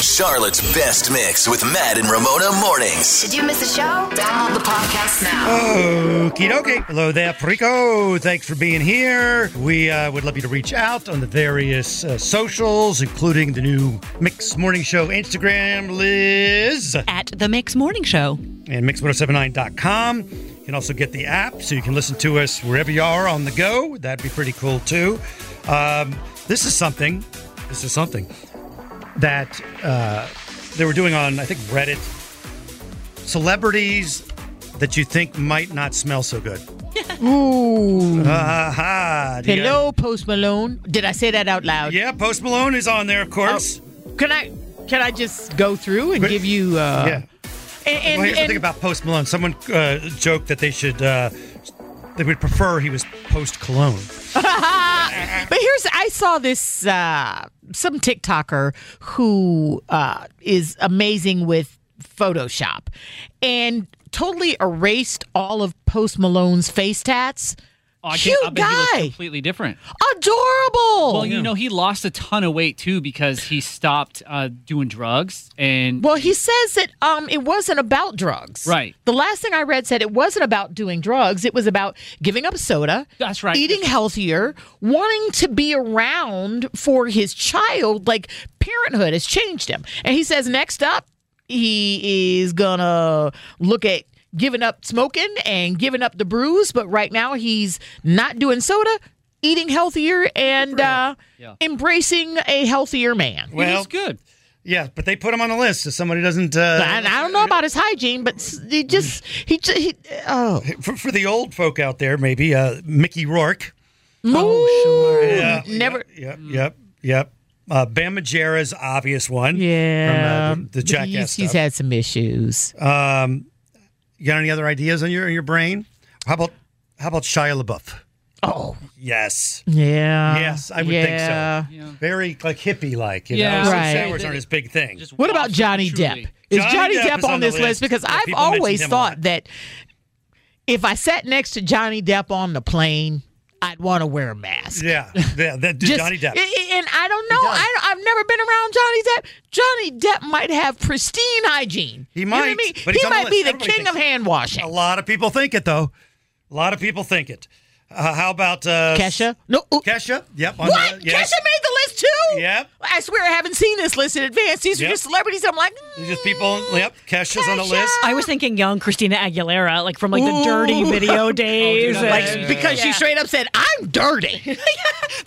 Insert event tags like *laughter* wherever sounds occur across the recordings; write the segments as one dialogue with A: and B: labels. A: Charlotte's best mix with Matt and Ramona mornings.
B: Did you miss a show? Download the podcast now.
C: Okie dokie. Hello there, Perico. Thanks for being here. We uh, would love you to reach out on the various uh, socials, including the new Mix Morning Show Instagram, Liz,
D: at the Mix Morning Show.
C: and Mix1079.com. You can also get the app so you can listen to us wherever you are on the go. That'd be pretty cool, too. Um, this is something. This is something that uh, they were doing on, I think, Reddit. Celebrities that you think might not smell so good.
E: *laughs* Ooh.
C: Aha. Do you
E: Hello, Post Malone. Did I say that out loud? Oh,
C: guys- Yeah, Post Malone is on there, of course.
E: Can I can I just go through and
C: Quick.
E: give you uh
C: yeah.
E: and, and,
C: well, here's the
E: and-
C: thing about Post Malone. Someone uh, joked that they should, uh, they would prefer he was post Cologne.
E: But here's I saw this uh some TikToker who uh is amazing with Photoshop and totally erased all of Post Malone's face tats.
F: Oh, I
E: Cute
F: can't- I bet he looks
E: guy. Oh,
F: completely different.
E: Adorable.
F: Well, you know, he lost a ton of weight too because he stopped uh, doing drugs and
E: Well, he says that um, it wasn't about drugs.
F: Right.
E: The last thing I read said it wasn't about doing drugs. It was about giving up soda.
F: That's right.
E: Eating healthier, wanting to be around for his child. Like parenthood has changed him. And he says next up, he is gonna look at giving up smoking and giving up the brews. But right now, he's not doing soda. Eating healthier and uh,
F: Yeah.
E: embracing a healthier man.
F: he
C: well-
F: looks good.
C: Yeah, but they put him on a list if somebody doesn't. Uh,
E: I, I don't know about his hygiene, but s- he just he just he oh
C: for, for the old folk out there, maybe uh, Mickey Rourke. Oh, uh,
E: sure
C: Yeah,
E: never
C: Yep, yep, yep. Uh, Bam Majera's obvious one.
E: yeah
C: From, uh, the- the
E: But
C: Jackass
E: he's, he's
C: stuff.
E: had some issues.
C: Um, you got any other ideas on your in your brain? How about how about Shia LaBeouf?
E: oh
C: Yes.
E: yeah
C: Yes, I would
E: Uh, yeah.
C: think so.
F: Yeah.
C: Very like hippie like, you
F: Yeah.
C: know.
E: Right.
C: Showers aren't his big thing.
F: Just
E: What
F: wow,
E: about
F: so
E: Johnny
F: truly.
E: Depp? Is
C: Johnny
E: Johnny,
C: Depp
E: Depp,
C: is
E: on,
C: on the
E: this list?
C: list.
E: Because
C: Yeah,
E: I've
C: people mention
E: always
C: him a lot.
E: thought that if I sat next to Johnny Depp on the plane, I'd want to wear a mask.
C: yeah, yeah, that
E: Just-
C: Johnny Depp.
E: a- a- And I don't know.
C: does.
E: I don't- I've never been around Johnny Depp. Johnny Depp might have pristine hygiene.
C: He
E: You know what I
C: might,
E: mean?
C: but he's
E: he
C: on the
E: might be
C: list.
E: the
C: Everybody
E: king
C: thinks
E: of
C: so.
E: hand
C: a
E: washing.
C: lot of people think it though. A lot of people think it. Uh, how about uh,
E: Kesha? No. ooh.
C: Kesha? Yep. on
E: What?
C: the- yes.
E: Kesha made the list too?
C: Yep.
E: I swear I haven't seen this list in advance. These
C: Yep.
E: are just celebrities. I'm like, mm,
C: These Just people. Yep. Kesha's on the
E: Kesha!
C: list.
D: I was thinking young Christina Aguilera, like from like the
E: *laughs*
D: dirty video days.
F: dude, I
D: like
F: love that.
E: because she
D: Yeah.
E: straight up said, I'm dirty.
D: *laughs* the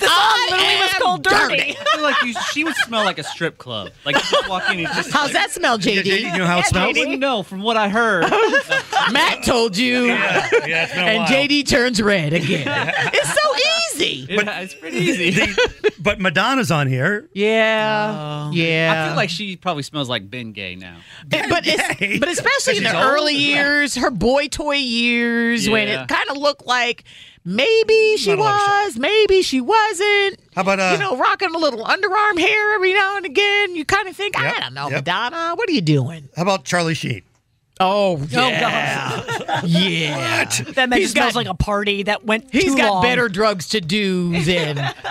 E: I
D: song literally was
E: am
D: called Dirty.
E: dirty.
F: I feel like you, she would smell like a strip club. Like you just walk in and just
E: How's
F: like,
E: that
C: *laughs*
E: smell,
C: you
E: JD?
C: know how it
F: I
C: smells?
F: wouldn't know from what I heard.
E: *laughs* Matt told you.
C: Yeah, yeah, it's been a
E: And
C: while.
E: JD turns
C: *laughs*
E: red again. it's so easy.
F: Yeah, it's pretty easy.
E: *laughs*
C: But Madonna's on here.
E: Yeah. yeah.
F: I feel like she probably smells like Ben Gay now.
E: It-
C: *laughs*
E: but
C: Yay.
E: it's, but especially in
C: She's
E: the
C: old.
E: early years, her boy toy years, when
F: Yeah.
E: it kind of looked like maybe she
C: Not a lot of
E: was, maybe she wasn't.
C: How about, uh,
E: you know rocking a little underarm hair every now and again? You kind of think,
C: Yep,
E: I don't know,
C: yep.
E: Madonna, what are you doing?
C: How about Charlie Sheen?
E: Oh *laughs* yeah, yeah.
D: That man
E: He's
D: just smells
E: got-
D: like a party that went
E: He's
D: too
E: got
D: long.
E: better drugs to do than
C: *laughs*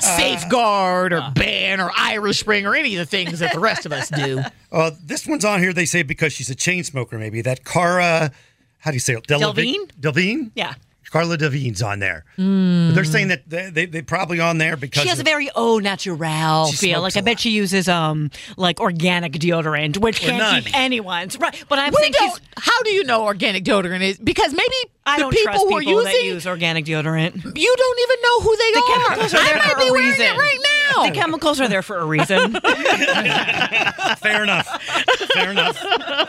E: safeguard
C: Uh.
E: or ban or Irish Spring or any of the things that the rest of us do.
C: Uh, this one's on here. They say because she's a chain smoker, maybe that Cara. How do you say it? Delevi- Delvine.
D: Yeah.
C: Carla Devine's on there.
E: Hmm.
C: But They're saying that they, they they probably on there because
D: She has a
C: of-
D: very au naturel
C: She
D: feel.
C: smokes
D: Like I
C: a
D: bet she uses um like organic deodorant, which can't
C: none.
D: keep anyone's right. But I'm
E: We
D: thinking
E: don't. How do you know organic deodorant is? Because maybe
D: I
E: the
D: don't
E: people
D: trust
E: who
D: people
E: are using
D: that use organic deodorant.
E: you don't even know who they
D: The
E: are.
D: chemicals are there
E: I might
D: for a
E: be wearing
D: reason.
E: it right now.
D: The chemicals are there for a *laughs* reason.
C: fair enough, fair enough,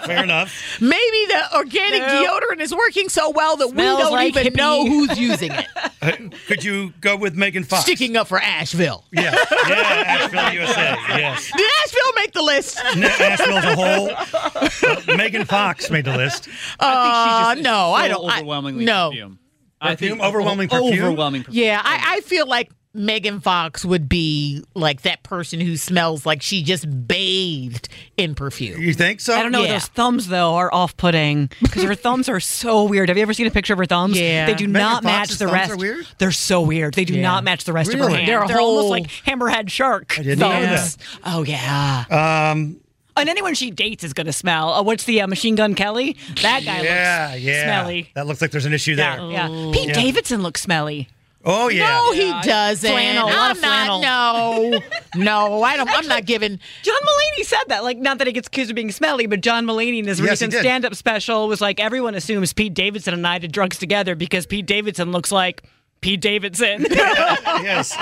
C: fair enough.
E: maybe the organic deodorant is working so well that
D: Smells
E: we don't
D: like
E: even
D: hippie.
E: know who's using it.
C: Uh, Could you go with Megan Fox?
E: Sticking up for Asheville.
C: Yeah, yeah, Asheville, USA. Yes.
E: Did Asheville make the
D: *laughs*
E: list.
C: Nashville as a whole. Uh, Megan Fox made the list.
F: I
E: Uh,
F: think she just is
E: no, I
F: so
E: don't. I-
F: Overwhelmingly
E: no.
F: perfume. I
C: Perfume? Overwhelming
F: o-
C: perfume?
F: Overwhelming perfume.
E: Yeah, I, I feel like Megan Fox would be like that person who smells like she just bathed in perfume.
C: You think so?
D: I don't know.
E: Yeah.
D: Those thumbs though are off-putting because her thumbs are so weird. Have you ever seen a picture of her thumbs?
E: Yeah.
D: they do
C: Megan
D: not match
C: Fox's
D: the
C: thumbs
D: rest.
C: are weird?
D: They're so weird. They do not match the rest of her
C: Really?
D: hand.
E: They're a
D: almost
E: whole-
D: like hammerhead shark.
C: I didn't know
D: thumbs. Oh yeah. Um, and anyone she dates is gonna smell. Uh, what's the uh, machine gun Kelly? That guy
C: Yeah,
D: looks
C: yeah.
D: smelly.
C: That looks like there's an issue there.
D: Yeah, yeah. Pete Davidson looks smelly.
C: Oh yeah.
E: No, he doesn't.
D: Flannel, a
E: I'm
D: lot of
E: not. No, no, I don't. I'm not giving.
D: John Mulaney said that. Like, not that he gets accused of being smelly, but John Mulaney in his
C: Yes, he
D: recent
C: did.
D: stand up special was like, everyone assumes Pete Davidson and I did drugs together because Pete Davidson looks like Pete Davidson.
C: *laughs*
D: *laughs*
C: yes,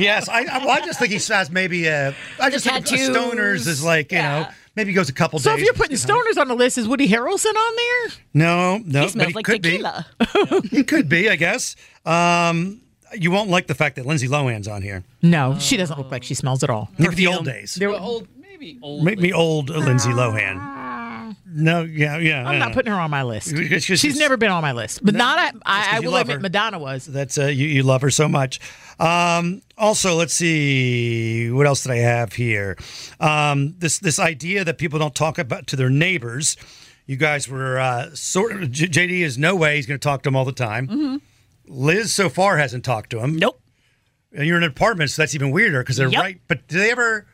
C: yes. I, I, well, I just think he has maybe a. I just think
D: tattoos.
C: stoners is like you know maybe he goes a couple
E: So if
C: days.
E: you're putting stoners on the list, is Woody Harrelson on there?
C: no, no,
D: he
C: but
D: smells
C: he
D: like
C: could
D: tequila.
C: be. Oh, He could be, I guess. Um, you won't like the fact that Lindsay Lohan's on here.
E: No, she doesn't look like she smells at all.
C: Maybe the old days.
F: But old, maybe old.
C: Make me old uh, Lindsay Lohan. No, yeah, yeah.
E: Ah. I'm not putting her on my list.
C: Mm. It's just-
E: She's never been on my list. Madonna, I, I
C: you
E: will
C: love
E: admit,
C: her.
E: Madonna was.
C: That's uh, you. You love her so much. Um, also, let's see what else did I have here. Um, this this idea that people don't talk about to their neighbors. You guys were uh, sort of. J- JD is no way he's going to talk to him all the time.
E: Mm-hmm.
C: Liz so far hasn't talked to him.
D: Nope.
C: And you're in an apartment, so that's even weirder because they're
D: Yep.
C: right. But do they ever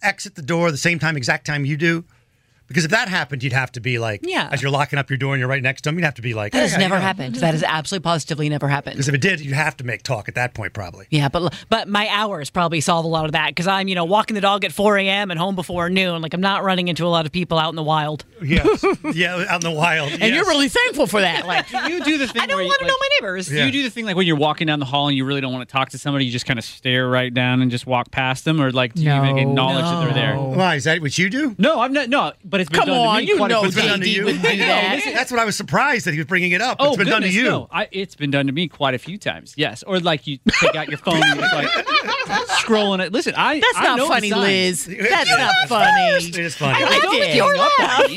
C: exit the door the same time, exact time you do? Because if that happened, you'd have to be like,
D: Yeah.
C: as you're locking up your door and you're right next to him, you'd have to be like,
G: That has
C: "Hey, how you
G: never
C: doing?"
G: happened. That has absolutely positively never happened.
C: Because if it did, you'd have to make talk at that point, probably.
D: Yeah, but but my hours probably solve a lot of that because I'm you know walking the dog at 4 a.m. and home before noon. Like I'm not running into a lot of people out in the wild.
C: Yes. *laughs* yeah, out in the wild.
E: And you're really thankful for that.
F: *laughs*
E: Like,
F: Do you
E: *laughs*
F: do the thing?
D: I don't
F: where you,
D: want to
F: like-
D: know my neighbors.
F: Do
C: Yeah.
F: you do the thing like when you're walking down the hall and you really don't want to talk to somebody, you just kind of stare right down and just walk past them, or like do
E: No.
F: you even acknowledge that they're there?
C: Why is that what you do?
F: No, I'm not. No, but it's been
E: come
F: done to
E: on,
F: me
E: you
F: quite a
E: know
F: few
C: It's been
F: times.
C: done to
E: JD *laughs*
C: you?
E: would do that.
C: That's what I was surprised that he was bringing it up.
F: Oh,
C: it's been done to
F: goodness,
C: you.
F: No. I, it's been done to me quite a few times. Yes, or like you take out your phone and
E: *laughs*
F: it's like scrolling it. Listen, I
E: That's
F: I know
E: not
F: the
E: funny,
F: signs.
E: Liz. That's not funny.
C: It is funny.
E: I
C: I,
E: did.
F: Hung up on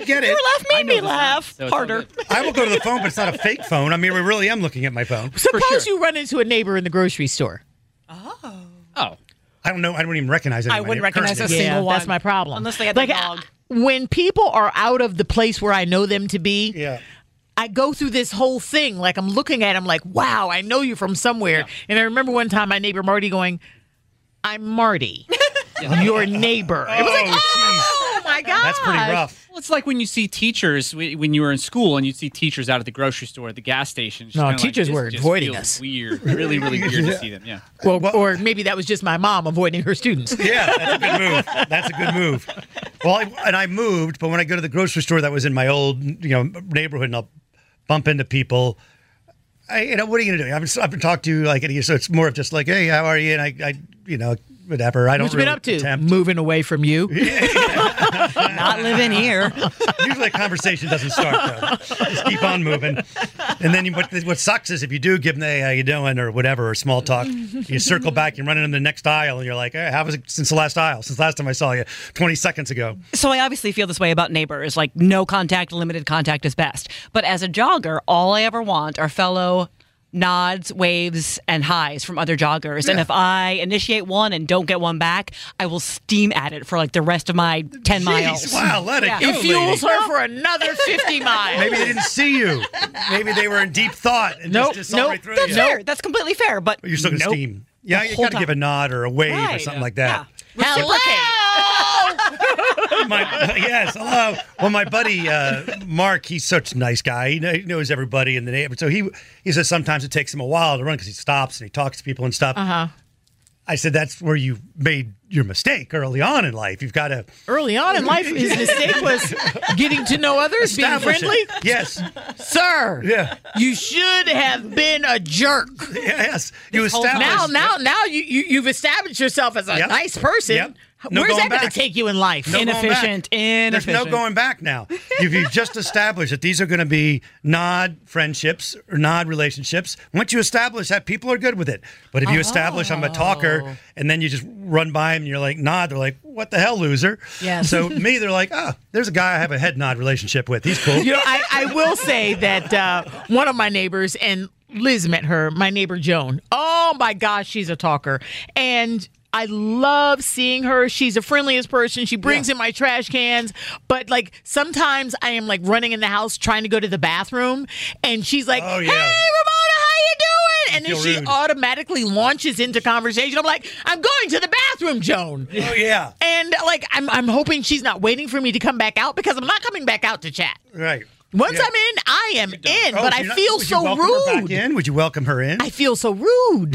F: me.
C: get it.
D: Laugh
F: I
D: made
F: know
D: me
F: the signs,
D: laugh
F: so it's all
D: harder.
F: good.
C: I will go to the phone, but it's not a fake phone. I mean, I really am looking at my phone.
E: Suppose you run into a neighbor in the grocery store.
F: Oh,
C: I don't know. I don't even recognize it.
D: I wouldn't recognize a
C: us.
D: single one.
E: That's my problem.
D: Unless they had
E: like
D: the dog.
E: when people are out of the place where I know them to be,
C: Yeah.
E: I go through this whole thing. Like I'm looking at them, like, wow, I know you from somewhere. And I remember one time my neighbor Marty going, "I'm
D: *laughs*
E: Marty, your neighbor." It was like,
C: Oh,
E: oh my god,
C: jeez. That's pretty rough.
F: well, it's like when you see teachers w- when you were in school and you see teachers out at the grocery store, at the gas station. It's
E: No,
F: kinda
E: teachers
F: like, this
E: were
F: just
E: avoiding
F: feels
E: us.
F: Weird, really, really
E: *laughs*
F: weird to see them. Yeah.
E: Well, or maybe that was just my mom avoiding
C: *laughs*
E: her students.
C: Yeah, that's a good move. That's a good move. Well, I, and I moved, but when I go to the grocery store that was in my old, you know, neighborhood, and I'll bump into people. I, you know, what are you gonna do? I've been, I've been talking to you like it is, so it's more of just like, hey, how are you? And I, I you know, whatever. I don't
E: What you
C: really
E: been up to?
C: attempt.
E: Moving away
C: *laughs*
E: from you.
D: Not living here.
C: Usually, a conversation doesn't start though. Just keep on moving, and then you, what, what sucks is if you do give them, hey, how you doing, or whatever, or small talk, you circle back, you're running in the next aisle, and you're like, hey, how was it since the last aisle? Since last time I saw you, 20 seconds ago.
D: So I obviously feel this way about neighbors, like no contact, limited contact is best. But as a jogger, all I ever want are fellow nods, waves, and highs from other joggers. And if I initiate one and don't get one back, I will steam at it for like the rest of my ten miles.
C: Jeez, wow, let it go,
E: It fuels
C: lady.
E: her for another
C: *laughs*
E: 50 miles.
C: Maybe they didn't see you. Maybe they were in deep thought and
E: Nope,
C: just, just saw
E: nope,
C: right through
D: Oh, That's
C: you.
D: fair. That's completely fair. But
C: But you're still gonna
D: nope.
C: steam. Yeah,
D: The
C: you
D: whole
C: gotta give a
D: time.
C: nod or a wave or
D: Right. uh,
C: something like that.
D: Yeah.
E: Hello.
C: My, yes, hello. Well, my buddy uh, Mark, he's such a nice guy. He kn- he knows everybody in the neighborhood. So he he says sometimes it takes him a while to run because he stops and he talks to people and stuff. Uh-huh. I said that's where you made your mistake early on in life. You've got to
E: Early on in life, his mistake was getting to know others, being
C: establish
E: friendly.
C: It. Yes,
E: Sir,
C: yeah,
E: you should have been a jerk.
C: yes. You establish
E: Now, now, now you, you you've established yourself as a
C: Yep.
E: nice person.
C: Yep. No
E: Where's
C: going
E: that going
C: back.
E: to take you in life?
C: No going back.
D: Inefficient,
C: There's no
D: inefficient.
C: going back now. If you've just established that these are going to be nod friendships or nod relationships, once you establish that, people are good with it. But if you establish I'm a
E: Oh.
C: talker and then you just run by them and you're like nod, they're like, what the hell, loser? Yeah. So me, they're like, oh, there's a guy I have a head nod relationship with. He's cool.
E: You know, I, I will say that uh, one of my neighbors, and Liz met her, my neighbor Joan. Oh my gosh, she's a talker. And I love seeing her. She's the friendliest person. She brings in my trash cans. But like sometimes I am like running in the house trying to go to the bathroom, and she's like,
C: Oh, yeah.
E: Hey, Ramona, how you doing? And
C: Feel
E: then she
C: rude.
E: automatically launches into conversation. I'm like, I'm going to the bathroom, Joan.
C: *laughs* oh, yeah.
E: And like I'm, I'm hoping she's not waiting for me to come back out because I'm not coming back out to chat.
C: Right.
E: Once
C: Yeah.
E: I'm in, I am in,
C: Oh, you're
E: but I
C: not-
E: feel
C: would you
E: so
C: welcome her back
E: rude.
C: in? Would you welcome her in?
E: I feel so rude.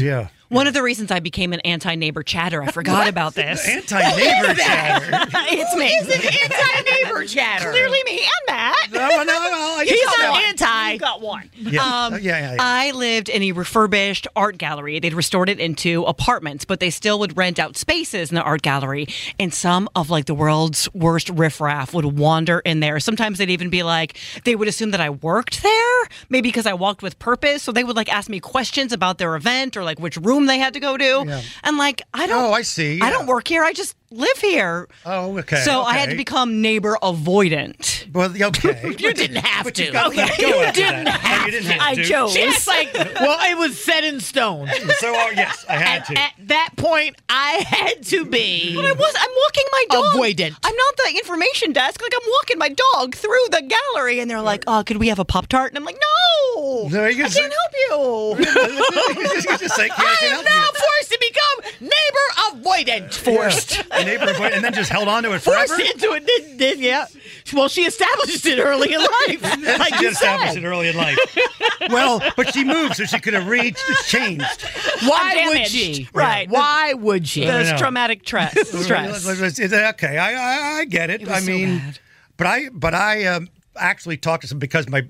C: *laughs* yeah.
D: One of the reasons I became an anti neighbor chatter, I forgot about
E: *laughs*
D: this.
C: Anti neighbor chatter.
D: it's me.
E: He's an anti-neighbor chatter.
D: Clearly me and that.
C: No, no, no. I
E: He's
C: guess
E: not Um,
C: not.
E: anti.
D: one.
C: Yeah. yeah, yeah, yeah.
D: I lived in a refurbished art gallery. They'd restored it into apartments, but they still would rent out spaces in the art gallery. And some of like the world's worst riffraff would wander in there. Sometimes they'd even be like, they would assume that I worked there, maybe because I walked with purpose. So they would like ask me questions about their event or like which room they had to go to. And like, I don't.
C: Oh, I see,
D: I
C: yeah.
D: don't work here. I just live here.
C: Oh, okay,
D: So I had to
C: okay.
D: become neighbor avoidant.
C: Well, okay.
E: *laughs* You didn't have
C: But
E: to.
C: you got
E: okay.
C: let go
E: You
C: after
E: didn't
C: that.
E: have
C: No, you didn't have
D: I
C: to.
D: chose.
E: It's like, well, it was set in stone.
C: *laughs* So uh, yes, I had
E: And
C: to.
E: at that point, I had to be.
D: I was. I'm walking my dog.
E: Avoidant.
D: I'm not the information desk. Like I'm walking my dog through the gallery, and they're like, "Oh, could we have a pop tart?" And I'm like, "No,
C: No, you
D: I
C: can
D: can't
C: say-
D: help you."
C: *laughs* Just like, yeah,
E: I
C: can
E: am
C: help
E: now
C: you.
E: forced to become neighbor avoidant.
C: Forced. A neighbor avoid- *laughs* and then just held on to it forever.
E: Forced into it, didn't, didn't yeah. Well, she established it early in life, like
C: *laughs* she
E: you
C: established
E: said.
C: it early in life. well, but she moved, so she could have reached, changed.
E: Why would
D: Undamaged.
E: she?
D: Right.
E: Why would she?
C: I
D: This
C: know.
D: traumatic
F: *laughs*
D: stress. stress.
C: Okay, I, I, I get it. I
D: so
C: mean,
D: bad.
C: but I, but I um, actually talked to some because my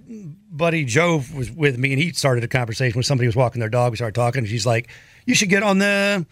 C: buddy Joe was with me, and he started a conversation when somebody was walking their dog. We started talking, and she's like, "You should get on the."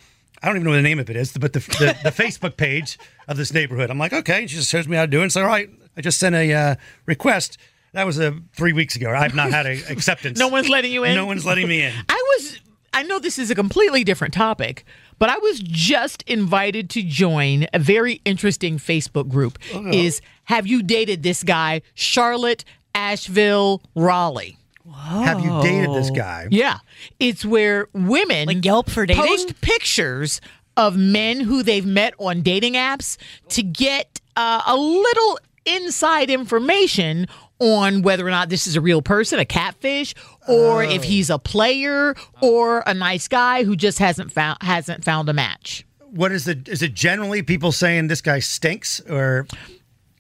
C: I don't even know what the name of it is, but the, the,
E: *laughs*
C: the Facebook page of this neighborhood. I'm like, okay. And she just shows me how to do it. So, all right, I just sent a uh, request. That was uh, three weeks ago. I've not had
E: *laughs*
C: a acceptance.
E: No one's letting you in?
C: No one's letting
E: *laughs*
C: me in.
E: I was. I know this is a completely different topic, but I was just invited to join a very interesting Facebook group.
C: Oh,
E: Is have you dated this guy, Charlotte Asheville Raleigh?
C: Have you dated
E: Oh.
C: this guy?
E: Yeah, it's where women
D: Like Yelp for dating?
E: post pictures of men who they've met on dating apps to get uh, a little inside information on whether or not this is a real person, a catfish, or if he's a player or a nice guy who just hasn't found hasn't found a match.
C: What is it? Is it generally people saying this guy stinks or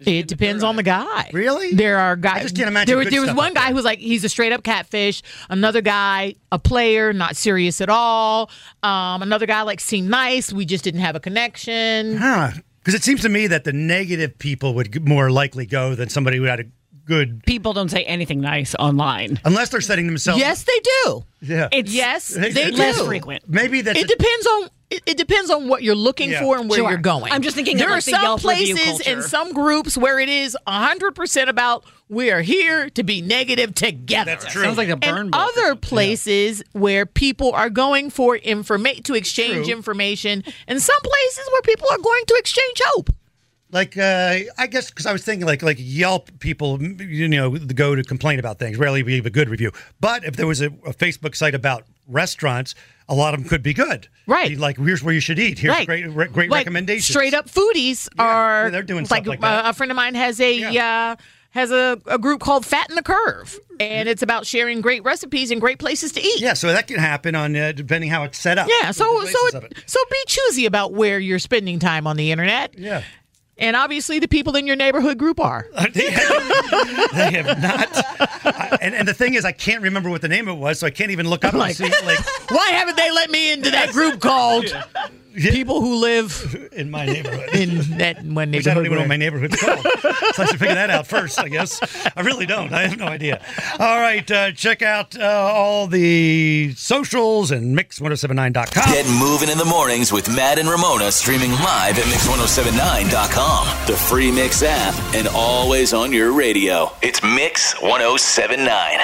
E: It depends on the guy.
C: Really?
E: There are guys.
C: I just can't imagine
E: There, was-
C: good
E: there was
C: stuff
E: one
C: out
E: guy
C: there.
E: who was like, he's a straight up catfish. Another guy, a player, not serious at all. Um, another guy like seemed nice. We just didn't have a connection.
C: Huh. Because Ah, it seems to me that the negative people would g- more likely go than somebody who had a good,
D: People don't say anything nice online.
C: unless they're setting themselves.
E: Yes, they do.
C: Yeah.
D: It's
E: Yes,
C: They-
E: they
C: they-
E: do.
D: less frequent.
C: Maybe that's.
E: It depends on it, it depends on what you're looking
C: Yeah.
E: for and where
D: Sure.
E: you're going.
D: I'm just thinking of,
E: there
D: like,
E: are
D: the
E: some
D: Yelp review
E: places and
D: culture.
E: some groups where it is 100 percent about we are here to be negative together.
C: That's true.
F: Sounds like a burn.
E: and
F: book or
E: other
F: something.
E: places where people are going for information to exchange
C: True.
E: information, and some places where people are going to exchange hope.
C: like uh, I guess because I was thinking like like Yelp people m- you know go to complain about things rarely leave a good review but if there was a, a Facebook site about restaurants a lot of them could be good
E: Right.
C: like here's where you should eat here's
E: right,
C: great re- great
E: Like,
C: recommendations
E: Straight up foodies are
C: yeah, they're doing stuff
E: like,
C: like that.
E: Uh, a friend of mine has a
C: Yeah.
E: uh, has a, a group called Fatten the Curve, and it's about sharing great recipes and great places to eat.
C: yeah so that can happen on uh, depending how it's set up
E: Yeah, so
C: The
E: so
C: basis
E: it,
C: of
E: so be choosy about where you're spending time on the internet.
C: yeah.
E: And obviously the people in your neighborhood group are.
C: they have not. I- and, and the thing is, I can't remember what the name of it was, so I can't even look up. and
E: Like-
C: see, like
E: Why haven't they let me into that group called people who live
C: in my neighborhood.
E: *laughs* in that one
C: Which I don't even know
E: neighborhood.
C: what
E: where-
C: my neighborhood's called. so I should figure that out first, I guess. I really don't. I have no idea. All right. Uh, check out uh, all the socials and mix1079.com.
A: Get moving in the mornings with Matt and Ramona streaming live at mix1079.com, the oh free Mix app, and always on your radio. It's Mix 1079.